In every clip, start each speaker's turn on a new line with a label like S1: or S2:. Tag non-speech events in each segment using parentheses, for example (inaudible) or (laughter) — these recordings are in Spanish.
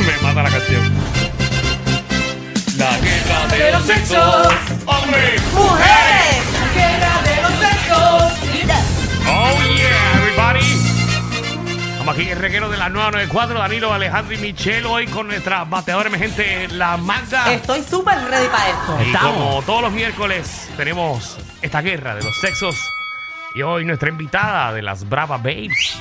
S1: Me mata la canción. La guerra de los sexos. Hombre.
S2: ¡Mujeres! ¡Guerra de los sexos!
S1: Oh yeah, everybody. Estamos aquí en el reguero de la 994, Danilo, Alejandro y Michelle, hoy con nuestra bateadora emergente, la Magda.
S2: Estoy súper ready para esto.
S1: y como todos los miércoles, tenemos esta guerra de los sexos. Y hoy nuestra invitada de las Brava Babes.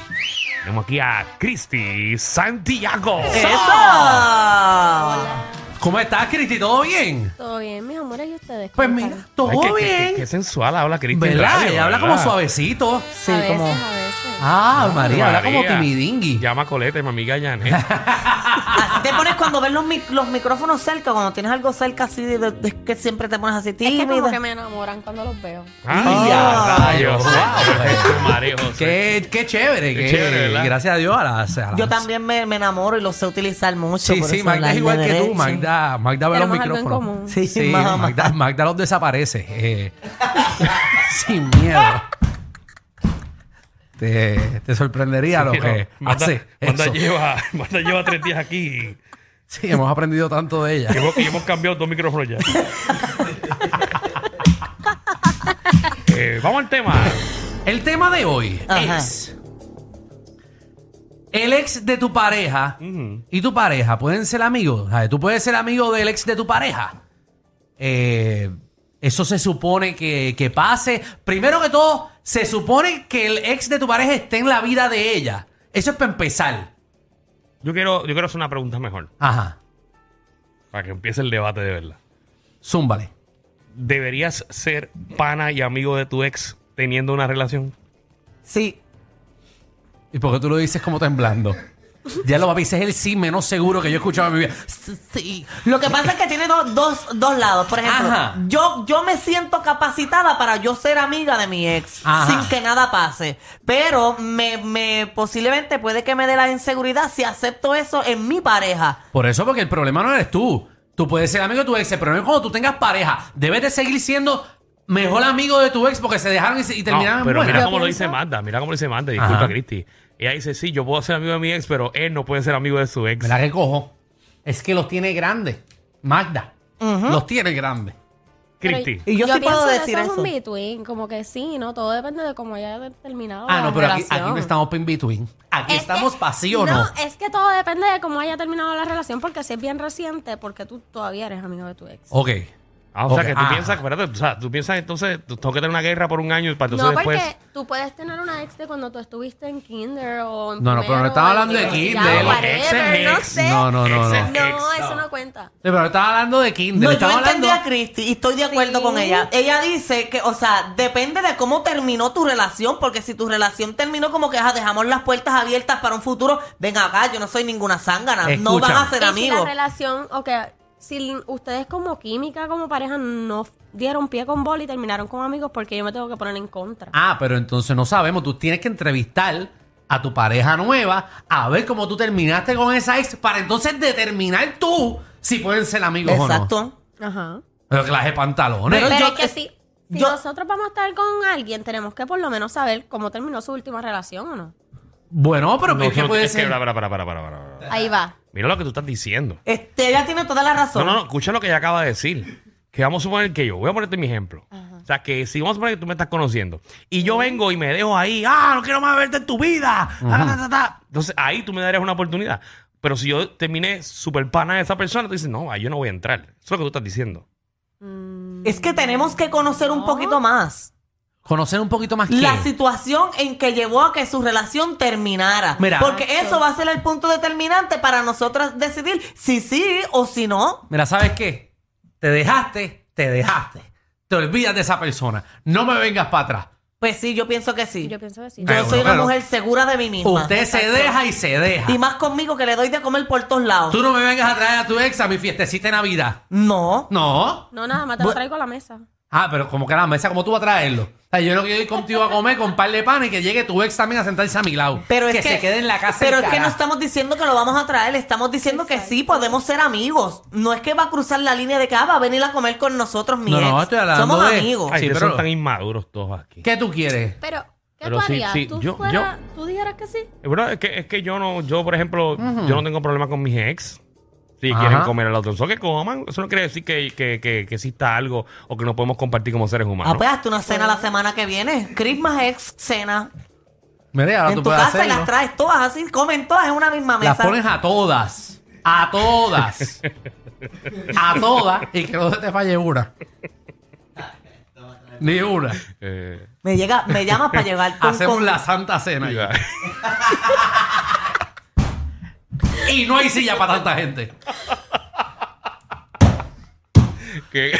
S1: Tenemos aquí a Cristi Santiago.
S3: Ah.
S2: ¡Eso!
S3: ¿Cómo estás, Cristi? ¿Todo bien?
S4: Todo bien, mis amores, ¿y ustedes?
S3: Pues
S4: ¿Cómo
S3: mira,
S4: están?
S3: todo
S1: Ay, qué- qué,
S3: bien.
S1: qué- qué sensual habla Cristi. en
S3: ¿Verdad?
S1: radio,
S3: Ella habla
S1: ¿verdad?
S3: como suavecito. Sí,
S4: a veces, a veces.
S3: Ah, María, habla como
S1: María.
S3: timidingui.
S1: Llama a Colete, mi amiga
S3: (laughs)
S1: Janet. Ah,
S2: Así Ah. te pones cuando ves los, mic- los micrófonos cerca, cuando tienes algo cerca así, de, de- de- que siempre te pones así
S4: Es que
S2: tímida.
S4: como que me enamoran cuando los veo.
S1: ¡Ay,
S3: Ah,
S1: a rayos!
S3: wow. pues.
S1: Jesús, María José.
S3: Qué, qué chévere.
S1: Qué
S3: que-
S1: chévere, ¿verdad?
S3: Gracias a Dios. a las- a las-
S2: Yo también me, me enamoro y lo sé utilizar mucho.
S3: Sí,
S2: por
S3: sí,
S2: eso
S3: Magda
S2: las
S3: es igual que tú,
S2: neveras-
S3: Magda. Magda ve los
S4: Tenemos algo en
S3: micrófonos.
S4: común.
S3: Sí,
S2: Sí, mamá.
S3: Magda, Magda los desaparece.
S1: (laughs)
S3: eh, sin miedo. Te, te sorprendería lo
S1: Sí,
S3: que
S1: no, Manda,
S3: hace
S1: Manda
S3: eso.
S1: lleva, Manda lleva tres días aquí
S3: Sí, hemos aprendido tanto de ella.
S1: y hemos, y hemos cambiado dos micrófonos ya. Eh, vamos al tema.
S3: El tema de hoy
S2: Ajá.
S3: es el ex de tu pareja y tu pareja pueden ser amigos. O sea, Tú puedes ser amigo del ex de tu pareja. Eh, eso se supone que, que pase. Primero que todo, se supone que el ex de tu pareja esté en la vida de ella. Eso es para empezar.
S1: Yo quiero, yo quiero hacer una pregunta mejor
S3: Ajá.
S1: para que empiece el debate de verdad.
S3: Zúmbale.
S1: ¿Deberías ser pana y amigo de tu ex teniendo una relación?
S2: Sí.
S3: ¿Y por qué tú lo dices como temblando? Ya lo papi, ese es el sí menos seguro que yo he escuchado en mi vida. Sí.
S2: Lo que pasa es que tiene dos, dos, dos lados. Por ejemplo,
S3: Ajá.
S2: yo, yo me siento capacitada para yo ser amiga de mi ex
S3: Ajá.
S2: sin que nada pase. Pero me, me posiblemente puede que me dé la inseguridad si acepto eso en mi pareja.
S3: Por eso, porque el problema no eres tú. Tú puedes ser amigo de tu ex. El problema es cuando tú tengas pareja. Debes de seguir siendo mejor amigo de tu ex porque se dejaron y, se- y terminaron
S1: No,
S3: en
S1: pero
S3: buena.
S1: mira cómo
S4: Yo
S1: lo dice
S4: pienso-
S1: Magda, mira cómo lo dice Magda, disculpa
S3: Ajá.
S1: Cristi. Ella dice, sí, yo puedo ser amigo de mi ex, pero él no puede ser amigo de su ex.
S3: Me la recojo. Es que los tiene grandes. Magda. Los tiene grandes.
S1: Cristi.
S2: Y yo, sí
S4: pienso
S2: puedo
S4: que
S2: decir
S4: es
S2: eso.
S4: un between, como que sí, ¿no? Todo depende de cómo haya terminado
S3: Ah,
S4: la
S3: no, pero aquí,
S4: relación.
S3: aquí no estamos in between. Aquí
S4: Es
S3: estamos
S4: que-
S3: pasivos, ¿no?
S4: No, es que todo depende de cómo haya terminado la relación, porque si es bien reciente, porque tú todavía eres amigo de tu ex.
S3: Ok.
S1: Ah, o sea,
S3: Ok,
S1: que tú
S3: ah.
S1: piensas, espérate, o sea, tú piensas entonces, tú tengo que tener una guerra por un año y para
S4: No,
S1: entonces
S4: porque
S1: después.
S4: tú puedes tener una ex de cuando tú estuviste en kinder o en
S3: No, no, pero no
S4: primero,
S3: estaba hablando de
S4: en
S3: kinder.
S4: universidad,
S3: Los
S1: exes,
S4: whatever, No
S1: ex.
S4: sé.
S3: No, no, no,
S1: Ese-
S3: no.
S4: No,
S1: Ex,
S4: eso no cuenta.
S3: Pero estaba hablando de Kinder.
S2: No, yo
S3: estaba hablando...
S2: entendí a Cristi y estoy de acuerdo
S4: Sí.
S2: con ella. Ella dice que, o sea, depende de cómo terminó tu relación, porque si tu relación terminó como que ajá, dejamos las puertas abiertas para un futuro, ven acá, yo no soy ninguna zángana, no van a
S3: Escúchame.
S2: ser
S4: Y
S2: amigos.
S4: Si la relación, ok, si ustedes como química, como pareja, no f- dieron pie con bola y terminaron con amigos porque yo me tengo que poner en contra.
S3: Ah, pero entonces no sabemos. Tú tienes que entrevistar a tu pareja nueva a ver cómo tú terminaste con esa ex para entonces determinar tú si pueden ser amigos o no.
S2: Exacto.
S4: Ajá.
S3: Pero clase de pantalones.
S4: Pero,
S2: yo-
S4: es que
S2: es-
S4: si, si
S2: yo-
S4: nosotros vamos a estar con alguien, tenemos que por lo menos saber cómo terminó su última relación o no.
S3: bueno, pero
S1: No,
S3: ¿qué- ¿qué
S1: no,
S3: puede
S1: es que-
S3: ser?
S1: para, para, para, para, para, para.
S4: Ahí va.
S1: Mira lo que tú estás diciendo.
S2: Este, ella tiene toda la
S1: No,
S2: razón.
S1: no, no, escucha lo que ella acaba de decir. Que vamos a suponer que yo, voy a ponerte mi ejemplo. O sea, que si vamos a suponer que tú me estás conociendo y yo vengo y Ah, me dejo ahí, ah, no quiero más verte en tu vida. ta, ta, ta, ta. Entonces ahí tú me darías una oportunidad. Pero si yo terminé super pana de esa persona, tú dices, no, ahí yo no voy a entrar. Eso es lo que tú estás diciendo.
S4: Mm,
S2: Es que tenemos que conocer un poquito más
S3: Conocer un poquito más
S2: la
S3: quién.
S2: situación en que llevó a que su relación terminara.
S3: Mira.
S2: Porque eso va a ser el punto determinante para nosotras decidir si sí o si no.
S3: Mira, ¿sabes qué? Te dejaste, te dejaste. Te olvidas de esa persona. No me vengas para atrás.
S2: Pues sí, yo pienso que sí.
S4: Yo pienso que sí.
S2: Yo
S3: Eh,
S2: soy
S3: bueno,
S2: una
S3: pero-
S2: mujer segura de mí misma.
S3: Usted se deja y se deja.
S2: Y más conmigo que le doy de comer por todos lados.
S3: Tú no me vengas a traer a tu ex a mi fiestecita de Navidad.
S2: No.
S3: No.
S4: No, nada más te lo traigo a la mesa.
S3: Ah, pero como que a la mesa, ¿cómo tú vas a traerlo? O sea, yo no quiero ir contigo a comer con par de pan y que llegue tu ex también a sentarse a mi lado.
S2: Pero es que,
S3: se quede en la casa.
S2: Pero
S3: el
S2: es que no
S3: carajo.
S2: estamos diciendo que lo vamos a traer, estamos diciendo que sí podemos ser amigos. No es que va a cruzar la línea de que ah, va a venir a comer con nosotros, mi
S3: No, no,
S2: ex.
S3: estoy hablando
S2: Somos
S3: de-
S2: amigos. Ah,
S1: Ay,
S3: Oh, Sí,
S1: que
S3: pero-
S1: son tan inmaduros todos aquí.
S3: ¿Qué tú quieres?
S4: Pero, ¿qué
S1: Pero
S4: tú
S1: sí,
S4: harías?
S1: sí,
S4: ¿Tú,
S1: yo-
S4: fuera- ¿Tú dijeras que sí?
S1: Eh, bro, es que, es que yo no, yo por ejemplo, yo no tengo problema con mis ex. Si
S3: Ajá.
S1: quieren comer al otro, eso que coman. Eso no quiere decir que, que, que, que exista algo o que no podemos compartir como seres humanos.
S2: Ah, pues hazte una cena la semana que viene. Christmas ex cena.
S3: Mira, ahora
S2: en
S3: Ah, tú
S2: tu
S3: puedes
S2: casa y
S3: hacerlo.
S2: las traes todas así, comen todas en una misma
S3: Las
S2: mesa.
S3: pones a todas. A todas. a todas. Y que no se te falle una. Ni una.
S1: Eh,
S2: Me llega, me llamas
S3: (laughs)
S2: para llegar con,
S3: Hacemos
S2: con-
S3: la santa cena. ahí.
S1: mira.
S3: Y no hay silla para tanta gente.
S1: que,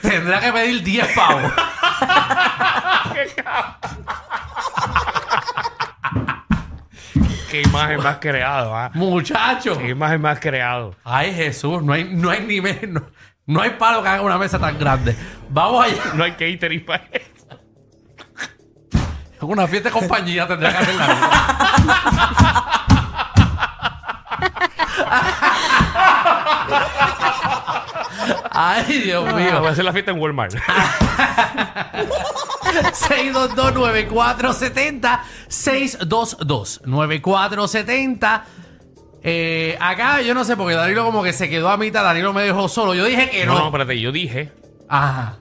S3: Tendrá que pedir 10 pavos.
S1: (laughs) qué imagen más creado, ¿ah?
S3: Muchachos.
S1: Qué imagen más creado.
S3: Ay, Jesús. No hay, no hay nivel. No, no hay palo que haga una mesa tan grande. Vamos allá.
S1: No hay que ir para eso.
S3: Una fiesta de compañía tendrá que hacer la vida. Ay, Dios mío.
S1: Voy a hacer la fiesta en Walmart.
S3: 622-9470. 622-9470. Eh, acá yo no sé, porque Danilo como que se quedó a mitad. Danilo me dejó solo. Yo dije que
S1: no, no,
S3: no.
S1: espérate, yo dije
S3: Ajá.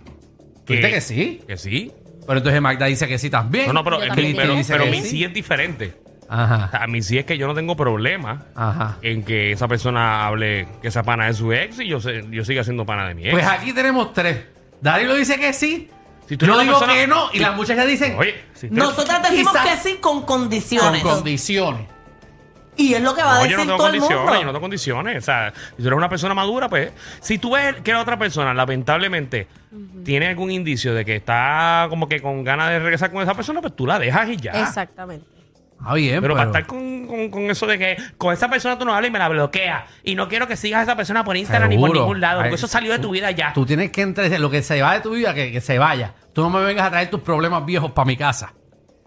S1: que,
S3: ¿Viste que sí?
S1: Que sí.
S3: Pero entonces Magda dice que sí también.
S1: No, no, pero,
S4: Yo
S1: pero,
S4: también
S1: pero,
S4: dije
S1: pero
S4: que
S1: mi
S3: sí.
S1: sí es diferente. O
S3: Ajá.
S1: sea, a mí sí es que yo no tengo problema
S3: Ajá.
S1: en que esa persona hable que esa pana de su ex y yo, se- yo siga siendo pana de mi ex.
S3: Pues aquí tenemos tres. Danilo dice que sí.
S1: Si tú eres
S3: yo
S1: una
S3: digo
S1: persona-
S3: que no. Y las muchachas dicen
S1: Oye, si usted-
S2: Nosotras decimos
S3: Quizás-
S2: que sí con
S3: con
S2: condiciones.
S3: condiciones.
S2: y es lo que va a
S1: No,
S2: decir
S1: yo no tengo
S2: todo el
S1: condiciones,
S2: mundo.
S1: yo no tengo condiciones. O sea, si tú eres una persona madura, pues. Si tú ves que la otra persona, lamentablemente, tiene algún indicio de que está como que con ganas de regresar con esa persona, pues tú la dejas y ya.
S4: Exactamente.
S3: Ah, bien,
S1: Pero,
S3: pero,
S1: para estar con, con- con eso de que con esa persona tú no hablas y me la bloqueas. Y no quiero que sigas a esa persona por Instagram ni
S3: Seguro.
S1: por ningún lado.
S3: Ay,
S1: Porque eso salió de tu vida ya.
S3: tú tienes que entre lo que se va de tu vida, que, que se vaya. Tú no me vengas a traer tus problemas viejos para mi casa.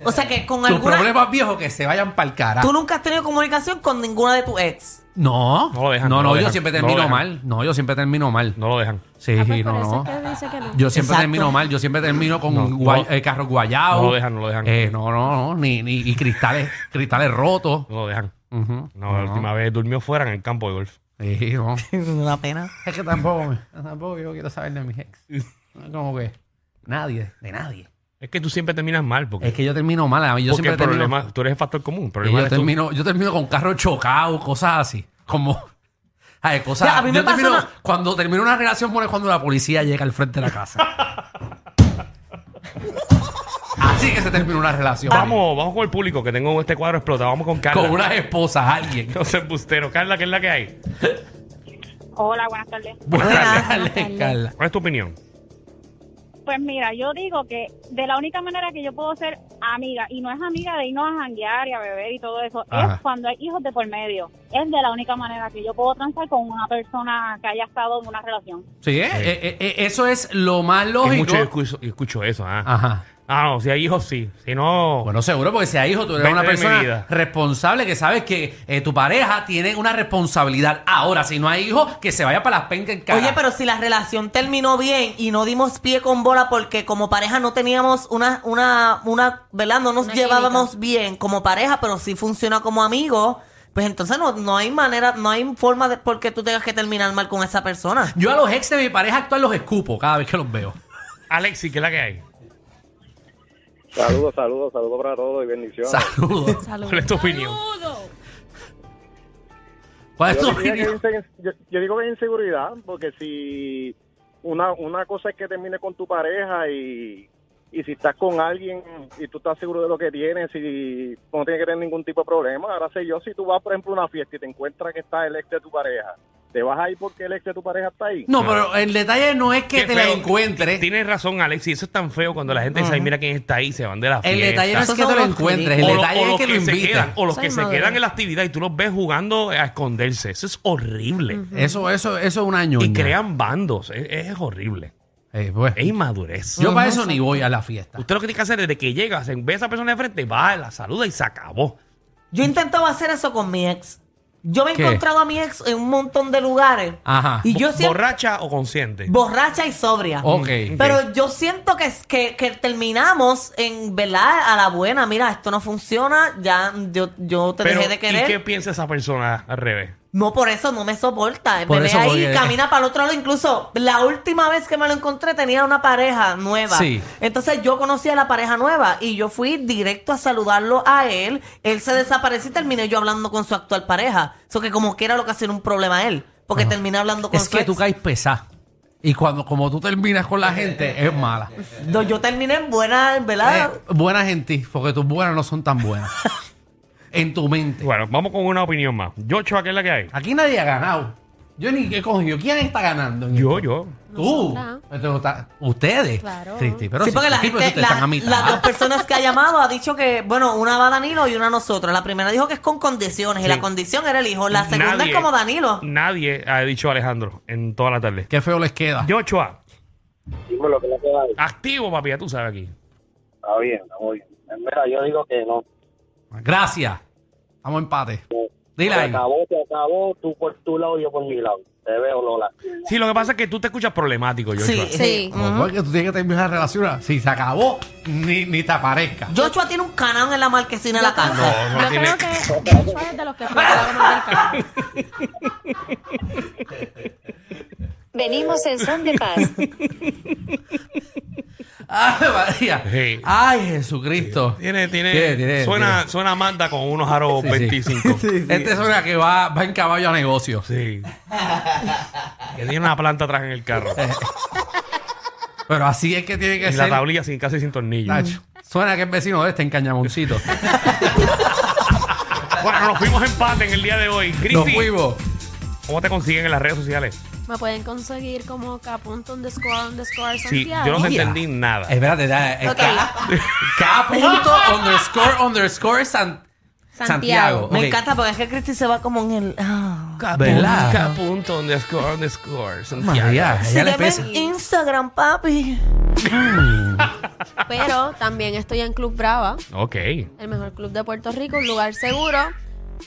S2: O sea que con
S3: Tus
S2: alguna...
S3: problemas viejos que se vayan para el carajo.
S2: Tú nunca has tenido comunicación con ninguna de tus ex.
S3: No,
S1: No lo dejan,
S3: no,
S1: no lo
S3: no, yo
S1: dejan,
S3: siempre
S1: no lo
S3: termino
S1: dejan.
S3: mal. No, yo siempre termino mal.
S1: No lo dejan.
S3: Sí,
S4: Ah, pues por
S3: no, no.
S4: eso es que dice que no.
S3: Yo siempre
S2: Exacto.
S3: termino mal, yo siempre termino con
S1: No,
S3: guay-
S1: no.
S3: eh, carros guayados.
S1: No lo dejan, no lo dejan.
S3: Eh, no, no, no, ni, ni y cristales, cristales rotos.
S1: No lo dejan.
S3: Ujú.
S1: No, la última vez durmió fuera en el campo de golf.
S3: Sí, no.
S2: Es una pena.
S3: (laughs) (laughs) Es que tampoco, me- tampoco yo quiero saber de mis ex. Como que nadie, de nadie.
S1: Es que tú siempre terminas mal. Porque,
S3: Es que yo termino mal, a mí yo
S1: porque
S3: siempre
S1: el
S3: termino
S1: problema, tú eres el factor común. El
S3: Y
S1: problema
S3: yo
S1: eres tú.
S3: termino, yo termino con carros chocados, cosas así. Como. (laughs) Ay, cosas.
S2: Ya, a mí me
S3: yo
S2: pasa
S3: termino,
S2: una-
S3: Cuando termino una relación, bueno, es cuando la policía llega al frente de la casa. así que se termina una relación.
S1: Vamos, vamos con el público que tengo este cuadro explotado. Vamos con Carla.
S3: Con unas esposas, alguien.
S1: (laughs) No seas bustero. Carla, ¿qué es la que hay?
S5: Hola, buenas tardes.
S3: Buenas
S2: Buenas
S3: tardes, Carla.
S1: ¿Cuál es tu opinión?
S5: Pues mira, yo digo que de la única manera que yo puedo ser amiga, y no es amiga de irnos a janguear y a beber y todo eso,
S3: Ajá.
S5: es cuando hay hijos de por medio. Es de la única manera que yo puedo transar con una persona que haya estado en una relación.
S3: Sí, eh, eh, eh, eso es lo más lógico.
S1: Es mucho yo escucho, yo escucho eso. Ah.
S3: Ajá.
S1: Ah, no, si hay hijos, sí. Si no,
S3: Bueno, seguro, porque si hay hijo, tú eres
S1: Vete
S3: una
S1: de mi vida.
S3: persona responsable que sabes que eh, tu pareja tiene una responsabilidad. Ahora, si no hay hijo, que se vaya para las pencas en cara.
S2: Oye, pero si la relación terminó bien y no dimos pie con bola porque como pareja no teníamos una, una, una, ¿verdad? No nos
S4: Una
S2: llevábamos bien como pareja, pero sí funciona como amigos. Pues entonces no, no hay manera, no hay forma de por qué tú tengas que terminar mal con esa persona.
S3: Yo a los ex de mi pareja actual los escupo cada vez que los
S2: (laughs)
S3: veo.
S1: Alexi, ¿qué es la que hay?
S6: Saludos, saludos, saludos para todos y bendiciones.
S3: Saludos.
S4: Saludos.
S1: ¿Cuál es tu opinión?
S3: ¿Cuál es tu
S6: Yo diría que
S3: opinión?
S6: hay inse- yo- yo digo que es inseguridad, porque si una, una cosa es que termine con tu pareja y, y si estás con alguien y tú estás seguro de lo que tienes y no tienes que tener ningún tipo de problema. Ahora sé yo, si tú vas, por ejemplo, a una fiesta y te encuentras que está el ex de tu pareja, ¿te vas a ir porque el ex de tu pareja está ahí?
S3: No, pero el detalle no es que
S1: Qué
S3: te la
S1: feo.
S3: encuentres.
S1: Tienes razón, Alexi. Eso es tan feo cuando la gente dice, "Ay, mira quién está ahí, se van de la
S3: El
S1: fiesta.
S3: detalle no es
S2: Esos
S3: que
S2: son
S3: te lo
S2: los
S3: encuentres, el
S1: O
S2: ridículos.
S1: lo-
S3: detalle
S1: o
S3: es
S1: los
S3: que lo
S1: se quedan,
S3: invitan.
S1: o los
S4: Soy
S1: que se
S4: madura.
S1: quedan en la actividad y tú los ves jugando a esconderse. Eso es horrible.
S3: Eso, eso, eso es un año. Eh, pues,
S1: Y crean bandos. Es, es horrible. Es inmadurez.
S3: Yo para eso ni voy a la fiesta.
S1: Usted lo que tiene que hacer desde que llega, se ve a esa persona de frente, va, la saluda y se acabó.
S2: Yo intentaba hacer eso con mi ex. Yo me he
S3: ¿Qué?
S2: encontrado a mi ex en un montón de lugares.
S3: Ajá.
S2: Y yo
S1: Bo-
S2: siempre
S1: ¿Borracha o consciente?
S2: borracha y sobria.
S3: Ok.
S2: Pero yo siento que, es- que, que terminamos en, ¿verdad? A la buena, mira, esto no funciona, ya yo, yo te
S1: Pero,
S2: dejé de
S1: ¿Y qué
S2: querer.
S1: piensa esa persona al revés?
S2: No, por eso no me soporta.
S3: Por
S2: Me ve
S3: eso,
S2: ahí,
S3: porque-
S2: camina para el otro lado. Incluso la última vez que me lo encontré tenía una pareja nueva.
S3: Sí.
S2: Entonces yo conocí a la pareja nueva y yo fui directo a saludarlo a él. Él se desapareció y terminé yo hablando con su actual pareja. Eso que como que era lo que hacía un problema a él. Porque terminé hablando con
S3: Es
S2: su
S3: que
S2: ex.
S3: tú caes pesado. Y cuando como tú terminas con la gente, es mala.
S2: No, Yo terminé en buena, ¿verdad?
S3: Eh, buena gente, porque tus buenas no son tan
S2: (laughs)
S3: buenas. en tu mente.
S1: Bueno, vamos con una opinión más. Yo, Chua, ¿qué es la que hay?
S3: Aquí nadie ha ganado. Yo ni he cogido. ¿Quién está ganando? en
S1: Yo,
S3: esto?
S1: yo.
S3: Tú.
S4: Nosotras.
S3: Pero está- ustedes.
S4: Claro.
S3: Cristi, pero
S2: sí, porque la
S3: sí,
S2: gente,
S3: pero ustedes
S2: la-
S3: están a mitad.
S2: las dos personas que ha llamado ha dicho que, bueno, una va a Danilo y una a nosotros. La primera dijo que es con condiciones y la condición era el hijo. La segunda
S1: Nadie-
S2: es como Danilo.
S1: Nadie ha dicho Alejandro en toda la tarde.
S3: Qué feo les queda.
S1: Yo, Chua,
S6: Dímelo, que la queda ahí.
S1: activo, papi, ya tú sabes aquí.
S6: Está bien, está muy bien. Mira, yo digo que no.
S3: Gracias. Estamos en empate. Dile ahí.
S6: se acabó, tú por tu lado, yo por mi lado. Te veo, Lola.
S1: Sí, lo que pasa es que tú te escuchas problemático, yo, Chua.
S2: Sí.
S4: Sí.
S3: Como es Pues, que tú tienes que terminar la relación. Si se acabó, ni, ni
S2: (laughs)
S3: te aparezca.
S2: Joshua tiene un canal en la marquesina de la casa.
S1: No, no
S4: Yo
S1: tiene-
S4: creo que Joshua es de los que explotaba más del carro.
S7: Venimos en son de paz.
S3: Ay, María.
S1: Sí.
S3: Ay, Jesucristo.
S1: Tiene, tiene,
S3: Tiene, tiene,
S1: suena,
S3: tiene.
S1: suena Amanda con unos aros
S3: Sí, (laughs) sí.
S1: 25. Sí.
S3: Este suena que va, va en caballo a negocio.
S1: que tiene una planta atrás en el carro.
S3: Pero así es que tiene que
S1: y la
S3: ser.
S1: tablilla sin, casi sin tornillo.
S3: Nacho. Suena que es vecino de este
S1: (laughs)
S3: en Cañamoncito.
S1: Bueno, nos fuimos empate en el día de hoy.
S3: Nos
S1: Cristi,
S3: fuimos.
S1: ¿cómo te consiguen en las redes sociales?
S4: Me pueden conseguir como capunto underscore underscore
S1: Sí,
S4: Santiago.
S1: yo no te
S3: Mira.
S1: entendí nada.
S3: Espérate, da- eh,
S4: Ok.
S3: K- K punto underscore underscore San- Santiago.
S4: Santiago.
S2: Me
S3: Ok.
S2: encanta porque es que Cristi se va como en el. ah.
S3: ¿Verdad?
S1: K punto underscore underscore. Santiago.
S3: María, a ella le
S2: Sígueme
S3: pesa.
S2: en Instagram, papi.
S4: Pero también estoy en Club Brava,
S1: Ok.
S4: el mejor club de Puerto Rico, un lugar seguro.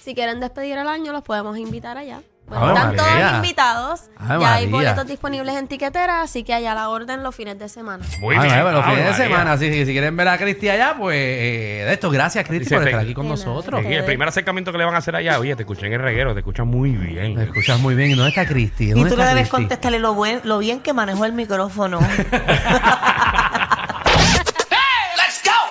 S4: Si quieren despedir el año, los podemos invitar allá. Bueno,
S3: Ave
S4: están todos
S3: María.
S4: invitados.
S3: Ave
S4: ya hay
S3: María.
S4: boletos disponibles en tiquetera, así que allá la orden los fines de semana.
S1: Muy
S3: Ah,
S1: bien.
S3: no, pero los
S1: Ah,
S3: fines de
S1: María.
S3: semana, si, si quieren ver a Cristi allá, pues eh, de esto, gracias Cristi
S1: Dice,
S3: por estar
S1: te-
S3: aquí con
S4: De nada.
S3: nosotros.
S1: Sí, el primer acercamiento que le van a hacer allá, oye, te escuché en el reguero, te escuchas muy bien.
S3: Me escuchas muy bien. ¿Y ¿Dónde está Cristi?
S2: Y
S3: ¿Dónde
S2: tú le
S3: está
S2: debes
S3: Cristi?
S2: contestarle lo, buen, lo bien que manejó el micrófono.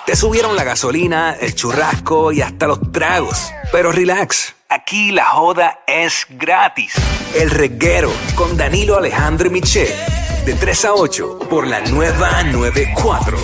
S8: Te subieron la gasolina, el churrasco y hasta los tragos. Pero relax, aquí la joda es gratis. El reguero con Danilo Alejandro y Michel, de 3 a 8 por la nueva 94.